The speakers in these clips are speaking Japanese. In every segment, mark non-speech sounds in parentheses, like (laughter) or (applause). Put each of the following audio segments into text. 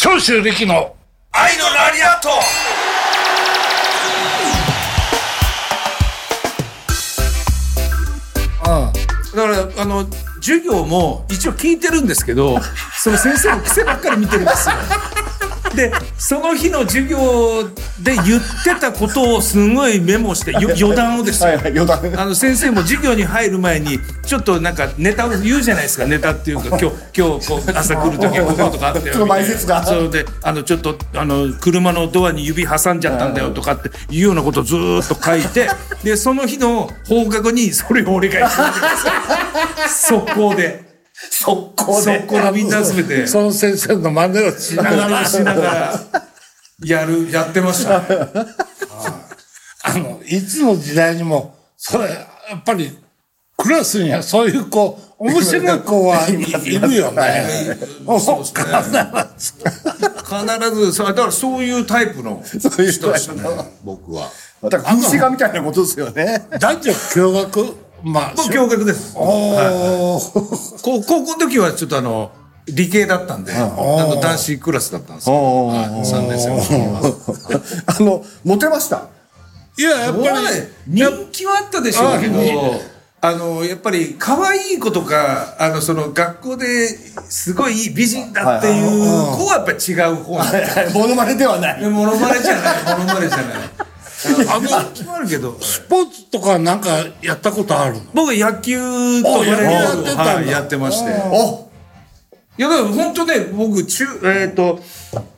長州力の愛のラリアットだからあの授業も一応聞いてるんですけ (laughs) どその先生の癖ばっかり見てるんですよ。でその日の授業で言ってたことをすごいメモしてよ余談をですよはいはい、余談。あの先生も授業に入る前にちょっとなんかネタを言うじゃないですかネタっていうか今日今日こう朝来る時はこういうことがあ (laughs) ったよその前説がそうであのちょっとあの車のドアに指挟んじゃったんだよとかっていうようなことをずーっと書い (laughs) てでその日の放課後にそれを俺が言ってた速攻で速攻で。速攻でみんな集めてその先生の真似をしながならがらしながらやるやってま (laughs) したねあのいつの時代にもそれやっぱりクラスにはそういう子面白い子 (laughs) はいいるよね。そうですね。必ず、そうだからそういうタイプのそういう人人はでしたね、僕は。だから、風刺画みたいなことですよね。男女共学まあ僕、驚愕です。おー高高校の時はちょっとあの、理系だったんで、あの男子クラスだったんですけど、はい三年生の時は。あの、モテました。いややっぱ僕はねり人気はあったでしょうけど、あの、やっぱり可愛い子とか、あの、その学校ですごい美人だっていう子はやっぱり違う方なんですよモノマネではない。いやモノマネじゃない、モノマ (laughs) ネじゃない。あの、人気もあるけど。スポーツとかなんかやったことあるの僕野球とバレーあ野球やっボーてたんルをだはいやってましておいやだから本当ね僕中えっ、と、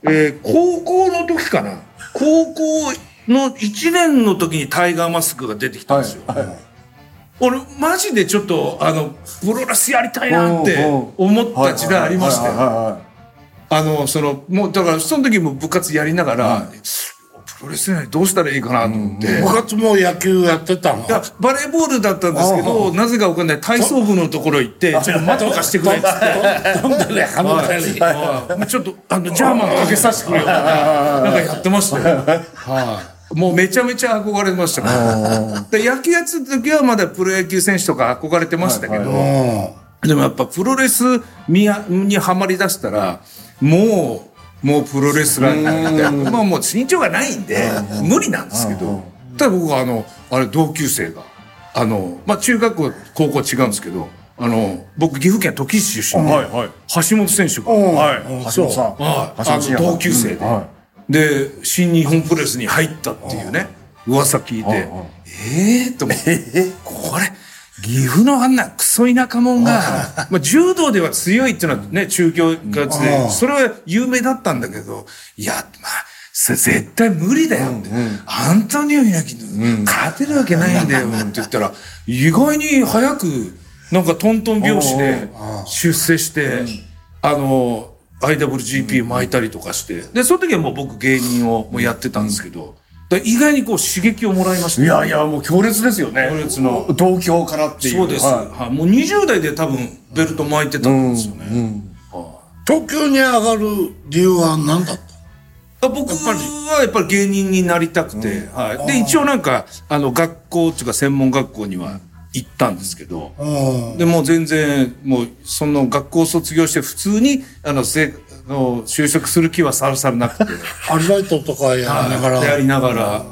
えー高校の時かな高校の1年の時にタイガーマスクが出てきたんですよ、俺マジでちょっとあのプロレスやりたいなって思った時代ありましたよはあの、その、もう、だから、その時も部活やりながら、プロレスにどうしたらいいかなと思って。い部活も野球やってたのやバレーボールだったんですけど、なぜかわかんない。体操部のところ行って、ちょっと窓を貸してくれっつって。飛んだり離れたりはいちょっとあのジャーマンかけさせてくれよとかなんかやってましたよ、はい、もうめちゃめちゃ憧れましたからで野球やってた時はまだプロ野球選手とか憧れてましたけど、でもやっぱプロレスににはまりだしたらもうもうプロレスラーになってまあもう身長がないんで無理なんですけどただ僕はあのあれ同級生があの、まあ、中学校高校違うんですけどあの僕岐阜県土岐市出身で、橋本選手が、はいいはい。橋本さん。はい、橋あ本真也の同級生で、うんはで新日本プロレスに入ったっていうね噂聞いてええー、と思ってこれ岐阜のあんなクソ田舎者が、まあ、柔道では強いっていうのはね中京がつでそれは有名だったんだけどいやまあそれ絶対無理だよって、アントニオ猪木に勝てるわけないんだよって言ったら意外に早くなんかトントン拍子で出世して、あの IWGP 巻いたりとかして、でその時はもう僕芸人をもうやってたんですけど、だから意外にこう刺激をもらいましたいやいや、もう強烈ですよね。強烈の同郷からっていう。そうです、ははいもう20代で多分ベルト巻いてたんですよね、東京に上がる理由は何だった僕はやっぱり芸人になりたくて、はい、で一応なんかあの学校っていうか専門学校には行ったんですけど、でもう全然もうその学校卒業して普通にあのせあの就職する気はさらさらなくて。アルバイトとかやりながらやりながら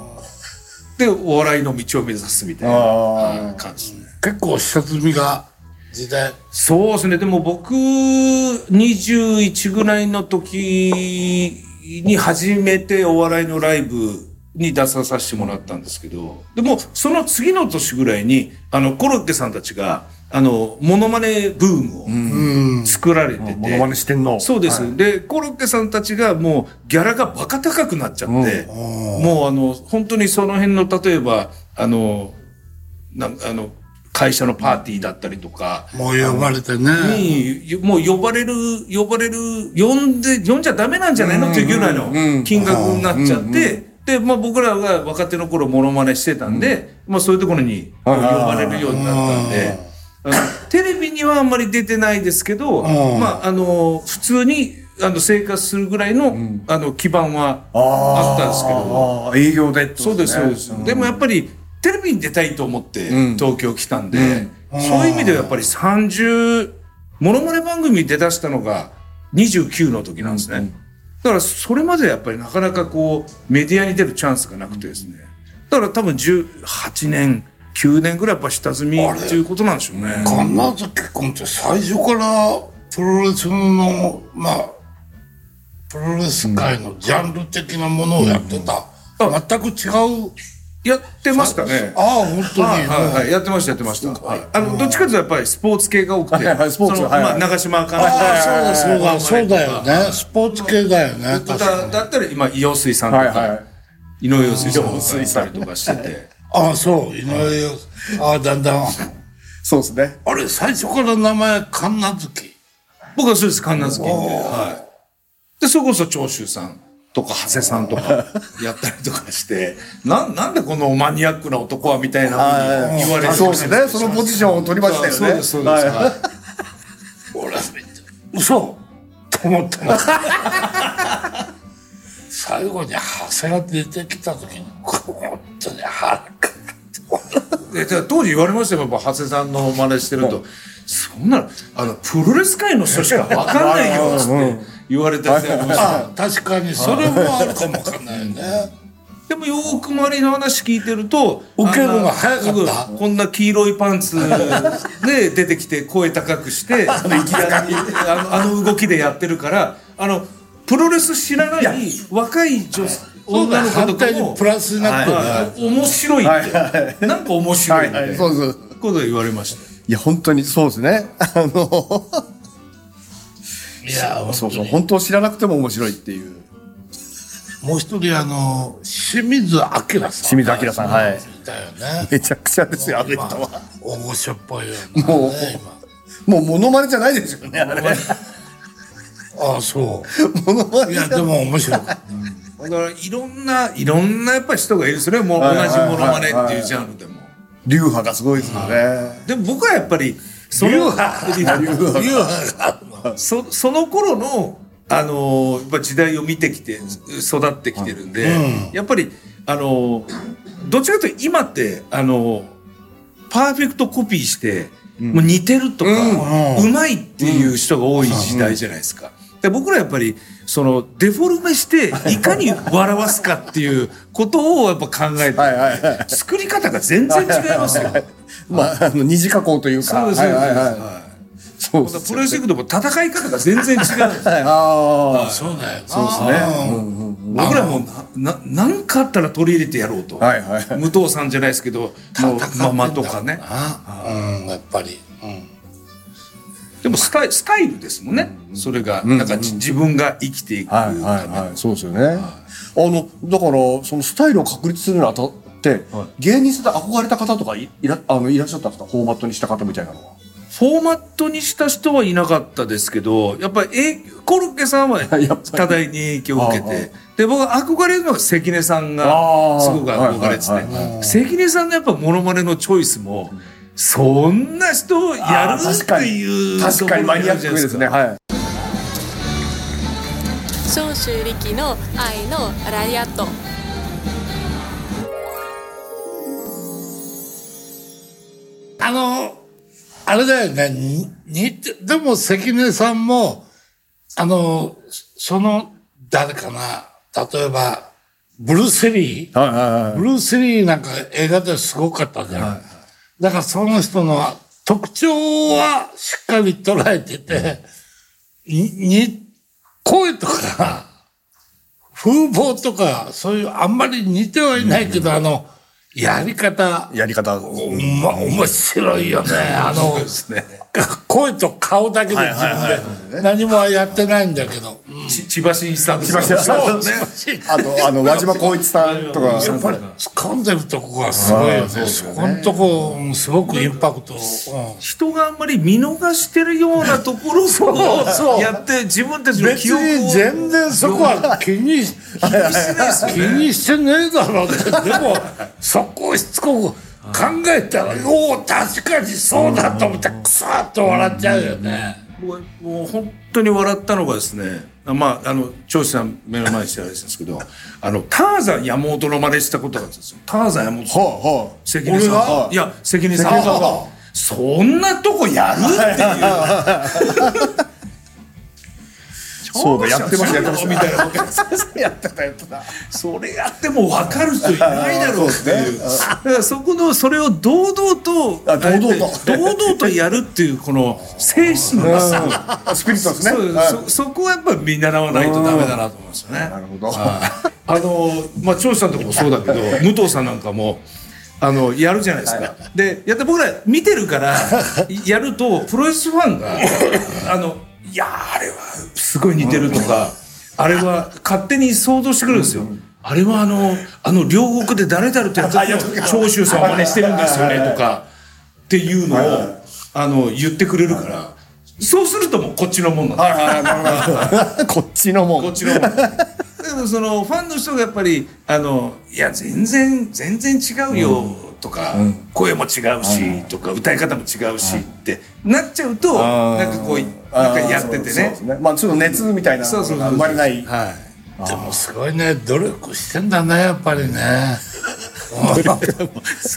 でお笑いの道を目指すみたいなはい感じですね結構下積みが時代そうですねでも僕21ぐらいの時に初めてお笑いのライブに出ささせてもらったんですけどでもその次の年ぐらいにあのコロッケさんたちがあのモノマネブームを作られてて、い。モノマネしてんの。そうです、でコロッケさんたちがもうギャラがバカ高くなっちゃって、もうあの本当にその辺の例えばあのなんあの会社のパーティーだったりとかもう呼ばれてねに、もう呼ばれる呼ばれる呼んで呼んじゃダメなんじゃないのっていうぐらいの金額になっちゃって。で、まあ僕らが若手の頃モノマネしてたんで、まあそういうところに呼ばれるようになったんで、あのテレビにはあんまり出てないですけど、まああの、普通にあの生活するぐらいの、あの基盤はあったんですけど、ああ、営業でってそことうです、そうです。でもやっぱり、テレビに出たいと思って、東京来たんで、そういう意味ではやっぱり30、モノマネ番組に出だしたのが29の時なんですね。だからそれまでやっぱりなかなかこうメディアに出るチャンスがなくてですね、だから多分18年9年ぐらいやっぱ下積みっていうことなんでしょうね。神奈月君って最初からプロレスの、まあ、プロレス界のジャンル的なものをやってた。うんあ全く違う。やってましたね。ああ、本当に。はいはいはい、やってましたやってました、あのどっちかというとやっぱりスポーツ系が多くて、はいはいスポーツそのはいはいまあ、長嶋監督ああ、そうとだ、かそうだ、そうだよね。スポーツ系だよね。確かだにだったら今伊予水産とか、はいは井上陽水さんとか行ったりとかしててああ、そう、井上陽ああ、だんだん。そうですね。あれ、最初から名前、神奈月。僕はそうです神奈月で,、はい、でそれこそ長州さんとか長谷さんとかやったりとかして (laughs) なんなんでこのマニアックな男はみたいなふうに言われてそうですね。そのポジションを取りましたよね。そうですそうです、はいはい俺は嘘と思ってます最後に長谷が出てきた時に本当に腹がでだから当時言われましたよ、やっぱ長谷さんの真似してると、そんなの、あの、プロレス界の人しかわかんないよ、つって言われたりしてましたあ確かにそれもあるかもわかんないよねでもよーく周りの話聞いてると、受けるのが早かったあんなこんな黄色いパンツで出てきて声高 (laughs) くして、あのあの動きでやってるから、あの、プロレス知らない若い女そうだ女の子と反か対にもプ、ラスになってるね、あ面白いって、なんか面白いみたいなそうです。こと言われました。いや、本当にそうですね。あの、い、や本当そうにそう。本当知らなくても面白いっていう。もう一人あの清水明さん清水明さんはいだよねめちゃくちゃですよ、あの人今は。大御所っぽいよねもう今もうモノマネじゃないですよね、あれ。ああそ (laughs) モノマうネいじゃやでも面 (laughs) 白かっただからいろんないろんなやっぱり人がいるそれはもう同いはいじはいモノマネっていうジャンルでも流派がすごいですよね。でも僕はやっぱりその理由があるのそその頃のあのーやっぱ時代を見てきて育ってきてるんで、やっぱりあのーどっちかというと今ってあのーパーフェクトコピーして、もう似てるとか、うまいっていう人が多い時代じゃないですか。で僕らやっぱりそのデフォルメしていかに笑わすかっていうことをやっぱ考えて、はいはいはい。作り方が全然違いますよ。まあ、あの、二次加工というか。そうですはそうですいはいはい。はそうでい。すプロよね。レス行くとも戦い方が全然違うんですよはい、あそうだよなあ。そうですね。僕らもな何かあったら取り入れてやろうと、はいはい武藤さんじゃないですけどもうママとかねあうんやっぱり、うん、でもスタイスタイルですもんね、それがなんかじ、自分が生きていくはいはいはい。そうですよね。あの、だから、そのスタイルを確立するにあたって、芸人さんで憧れた方とかいいらあのいらっしゃったんですかフォーマットにした方みたいなのは。フォーマットにした人はいなかったですけどやっぱりえコロッケさ (laughs) んはぱり多大に影響を受けああてで僕憧れるのは関根さんあがあすごく憧れてはいはいて関根さんのやっぱモノマネのチョイスもそんな人をやるっていう確かにマニアックですところがあるじゃなね。いかはい。長州力の愛のラリアットあのあれだよねに似てでも関根さんもあのその誰かな例えばブルース・リーはいはいはい。ブルース・リーなんか映画ですごかったじゃん、だからその人の特徴はしっかり捉えててにに声とか風貌とかそういうあんまり似てはいないけど、あのやり方やり方。おま、面白いよ (laughs) ね。あの、ですね声と顔だけで自分で何もやってないんだけど。ち千葉真一さんとか千葉真一さんそうね (laughs) あと、あの、和島光一さんとか。やっぱり突っ込んでるとこがすごいよね。そこのとこ、うんすごくインパクト。うん人があんまり見逃してるようなところそうそをうやって自分たちの別記憶をに全然そこは気に (laughs) し気にしてねえだろうね。でも、そこをしつこく考えたら、おお、確かにそうだと思って、くさーっと笑っちゃうよね。もうもう本当に笑ったのがですねまああの長州さん目の前にしてあれですけどあのターザン山本の真似したことがあったんですよターザン山本さんは関根さん俺ががいや関根さんが関根さんがそんなとこやるっていうちそうだやってましたやってましたみたいな。やってたやってたそれやっても分かる人いないだろうっていう。だからそこの、それを堂々と、あ堂々と堂々とやるっていう、この精神のさ、スピリットですねそうはいそそこはやっぱり見習わないとダメだなと思いますよねな。るほどあのまあ長司さんとかもそうだけど武藤さんなんかもあのやるじゃないですか、でやって僕ら見てるからやるとプロレスファンがあのいやあれはすごい似てるとか、あれは勝手に想像してくるんですよ、あれはあのあの両国で誰々とやってるの長州さんを真似してるんですよねとかっていうのをあの言ってくれるからそうするともうこっちのもんなんですよこっちのもんこっちの。 (laughs) でもそのファンの人がやっぱりあのいや全然全然違うよとか、声も違うしとか歌い方も違うしってなっちゃうとなんかこうなんかやっててそうでねす。まあちょっと熱みたいなそうそうそのうが生まれないはい。でもすごいね、努力してんだね、やっぱりね。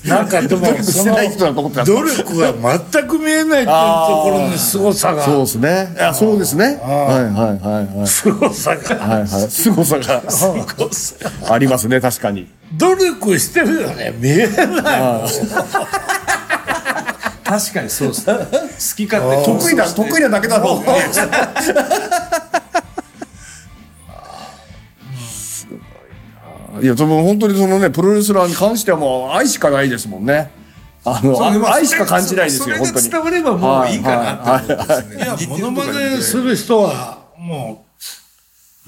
なんかでも努力しそてのない人だと思ってた (laughs) 努力が全く見えないっていうところに凄さそうでが、すねあそうですねはいはいはいはい凄さが、はいはい凄さがありますね確かに (laughs) 努力してるよね、見えない。確かにそうです。好き勝手得意だ得意なだけだろう (laughs) いやでも本当にそのねプロレスラーに関してはもう愛しかないですもんねあのそうでもあ愛しか感じないですよそれ本そ当れにが伝わればもういいかなって思うんですいねや、似モノてるとかマ似てないネする人は、も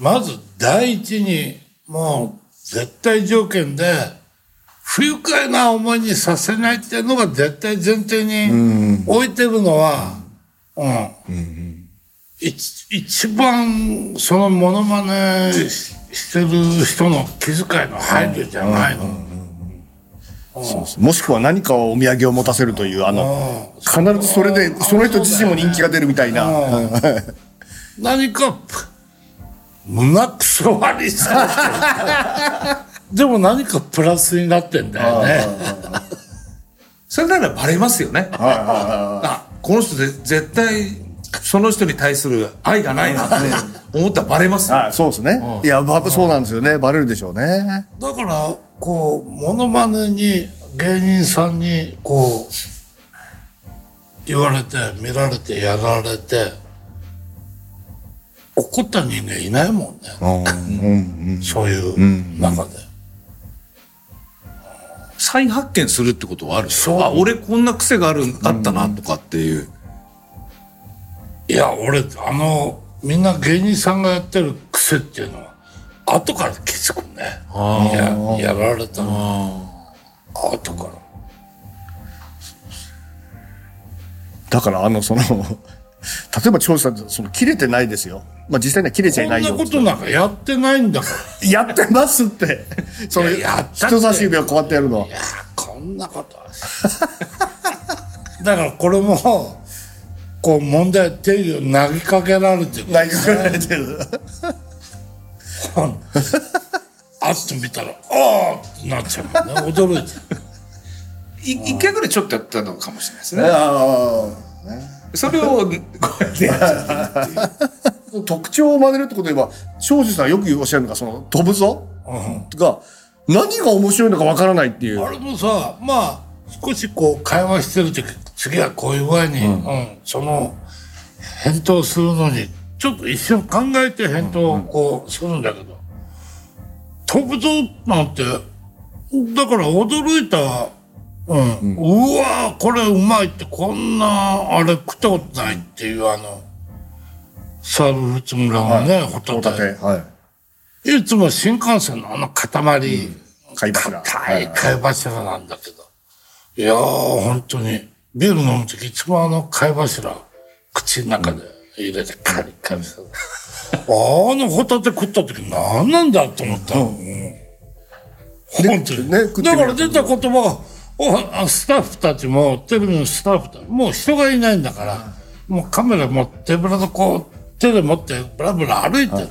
う、まず第一に、もう、絶対条件で、不愉快な思いにさせないっていうのが絶対前提に置いてるのは、うん。一一番、そのモノマネししてる人の気遣いの配慮じゃないの。もしくは何かをお土産を持たせるというあの必ずそれでその人自身も人気が出るみたいな何か、胸くそ悪いさ。でも何かプラスになってんだよね。それならバレますよね。あ、この人で絶対その人に対する愛がないなって思ったらバレますよ。あそうですねいやばそうなんですよねバレるでしょうねだから、こう、モノマネに、芸人さんに、こう、言われて、見られて、やられて、怒った人間いないもんね。そういう中で。再発見するってことはあるそうあ俺こんな癖があるあったなとかっていう、いや、俺、あの、みんな芸人さんがやってる癖っていうのは、後から気づくね。いややられたの。後から。だからあの (laughs) その例えば長司さんその切れてないですよまあ実際には切れちゃいこなんいなよことなんかやってないんだから。やってますってそのいややったって人差し指をこうやってやるのはいやこんなことは (laughs) だからこれも、こう問題定義を投げかけられてる。投げかけられてる (laughs) あっと見たら、ああってなっちゃうもんね。驚いて。い一回ぐらいちょっとやったのかもしれないですねあそれ (laughs) をこうやってやっちゃうー特徴を真似るってことで言えば庄司さんよくおっしゃるのがその飛ぶぞが何が面白いのかわからないっていうあれもさ、まあ、少しこう会話してる時、次はこういう具合に、うん、その、返答するのに、ちょっと一瞬考えて返答をこうするんだけど、飛ぶぞなんて、だから驚いた、うん、うわーこれうまいってこんな、あれ食ったことないっていうあの、サルフツ村のね、ホタホタテ。テはいいつも新幹線のあの塊、貝柱硬い貝柱なんだけど。いやー、本当に。ビール飲むとき、いつもあの貝柱、口の中で入れてカリカリする。あのホタテ食ったとき、何なんだと思ったの。本当に。ね食ってみだるから出た言葉をお、スタッフたちも、テレビのスタッフたちも、う人がいないんだから、もうカメラ持って、ぶらとこう、手で持って、ブラブラ歩いてる。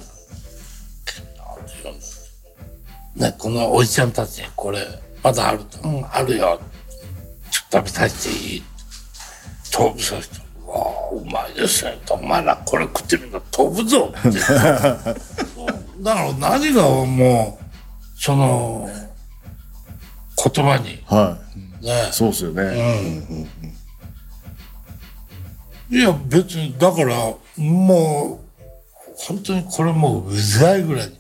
ね、このおじちゃんたちにこれ、まだあると。うん、あるよ。ちょっと食べさせていい。と、そう人、うわあうまいですねお前らこれ食ってみんな飛ぶぞ」ってだから何がもうその言葉にはい。ねそうですよね。いや別にだからもう本当にこれもううざいぐらいこ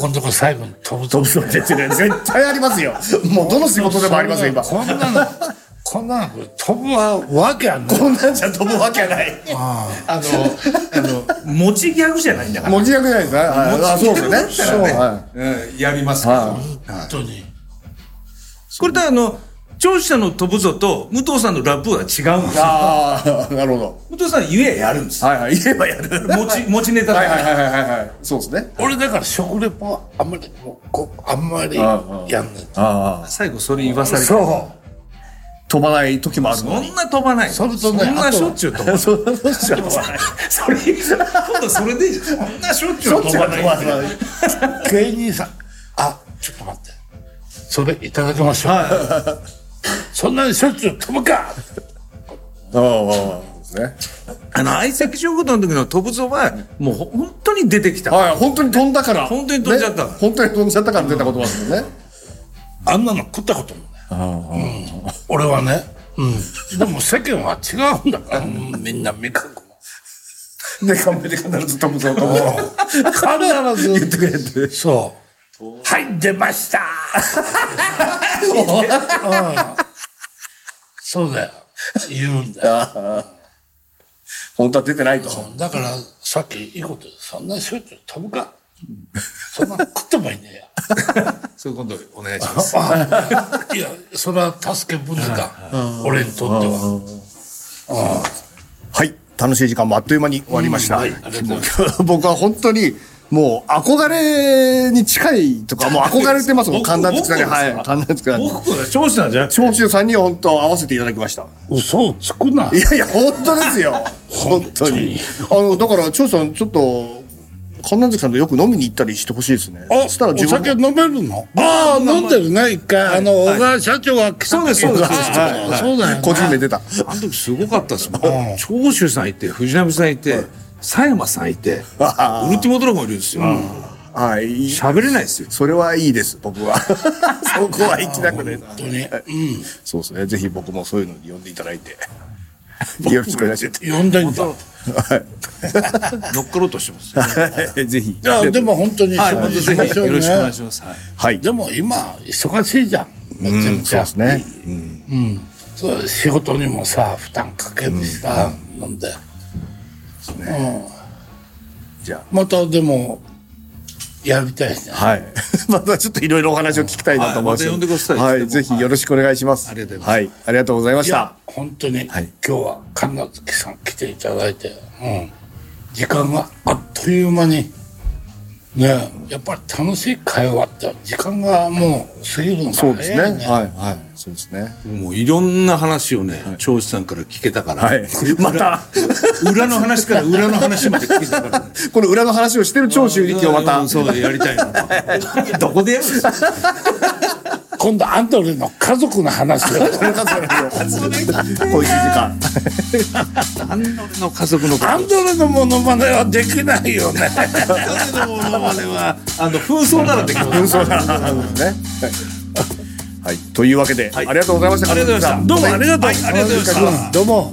このとこ最後に飛ぶぞ飛ぶぞって言ってね、絶対ありますよ。もうどの仕事でもありますよ、今。こんなのこんなのこれ飛ぶわわけあんないこんなんじゃ飛ぶわけはない。あの、あの、持ちギャグじゃないんだから。持ち上げないですね。はいあ、そうですね。そう、はうん、やりますけい。ど。は本当にこれとあの、聴取者の飛ぶぞと、武藤さんのラップは違うんですよい。ああ、なるほど。武藤さん言えやるんですよ。はいはい。言えばやる。 (laughs) 持ち、持ちネタはいだはいはいはいはい。そうですね。俺だから食レポはあんまりもうこあんまりああああやんないああ。最後それ言わされて。そう。飛ばない時もあるその。んな飛ばない。それとそんねなあとしょっちゅう飛ばない。そんなことじゃ飛ばない。それ、今度それでいいじゃん、そんなしょっちゅう飛ばない。芸人さんあちょっと待ってそれいただきましょう、そんなにしょっちゅう飛ぶかああ、そうですね。あの、相席食堂の時の飛ぶぞは、もうほ本当に出てきた。はい、本当に飛んだから。本当に飛んじゃったね本当に飛んじゃったから出た言葉ですもんね。あんなの食ったこともない、うん、俺はね、うん、でも世間は違うんだから、うんみんな味覚もで、カンペで必ず飛ぶぞ、飛ぶぞ。必ず言ってくれって。そうはい出ましたうんそうだよ言うんだよ本当は出てないと。だからさっきいいことでそんなしょっちゅう飛ぶかそんなの食ってもいねえやそういうことお願いします。あいや、それは助け舟だ。俺にとっては。はい。楽しい時間もあっという間に終わりました。うんはいありがとうございま僕は本当に、もう憧れに近いとか、もう憧れてますもん。僕寒暖つくだけ。僕ではすい。か寒暖つくだけ。僕は長子なんじゃなくて長州さんに本当合わせていただきました。嘘をつくな。いやいや、本当ですよ。本当に。あの、だから、長州さん、ちょっと、神奈月さんとよく飲みに行ったりしてほしいですね。そしたら自分も飲めるのああ、飲んでるね、一回。あの、小川社長が来た時そうですそうですああそうだよね。個人名出た。あの時すごかったですもん。長州さんいて、藤波さんいて、佐山さんいて、ウルティモドラゴンいるんですよ。はい。い喋れないですよ。それはいいです、僕は。 (laughs) そこは行きたくない。本当に。そうですね。ぜひ僕もそういうのに呼んでいただいて。よろしくお願いします。うん。呼んでんだ。乗っかろうとしてますよ。ぜひ。いや、でも本当には仕い、本事当しぜまひしょようろしくお願ねい。します。はいはい。でも今、忙しいじゃん。めちゃめちそうゃです。ね。そう仕事にもさ、負担かけるしさ、なんで。じゃまたでも、やりたいね。あ。はい。 (laughs) またちょっといろいろお話を聞きたいなと思います。はいまた呼んでくださいはついでい。もぜひよろしくお願いします。ありがとうごはい。ありがとうございまいしたや。本当に、はい今日は神奈月さん来ていただいて、うん、時間があっという間にねやっぱり楽しい会話って時間がもう過ぎるのがそうですね。早いねはい。はい。そうですね。もういろんな話をね、長州さんから聞けたから、 (laughs) はい。 (laughs) また、裏の話から裏の話まで聞けたから、この裏の話をしてる (laughs) 長州力をまたう。 (laughs) んそうだ、やりたいな。どこでやるんですか (laughs) 今度アンドレの家族の話 (laughs) を小石時間。アンドレの家族のこと。アンドレのモノマネはできないよ (laughs) ねアンドレのものまねは、あの、紛争ならできます。そうだ。ね。はい。というわけで、ありがとうございました。ありがとうございましたどうもありがとうございましたはありがとうございました。どうも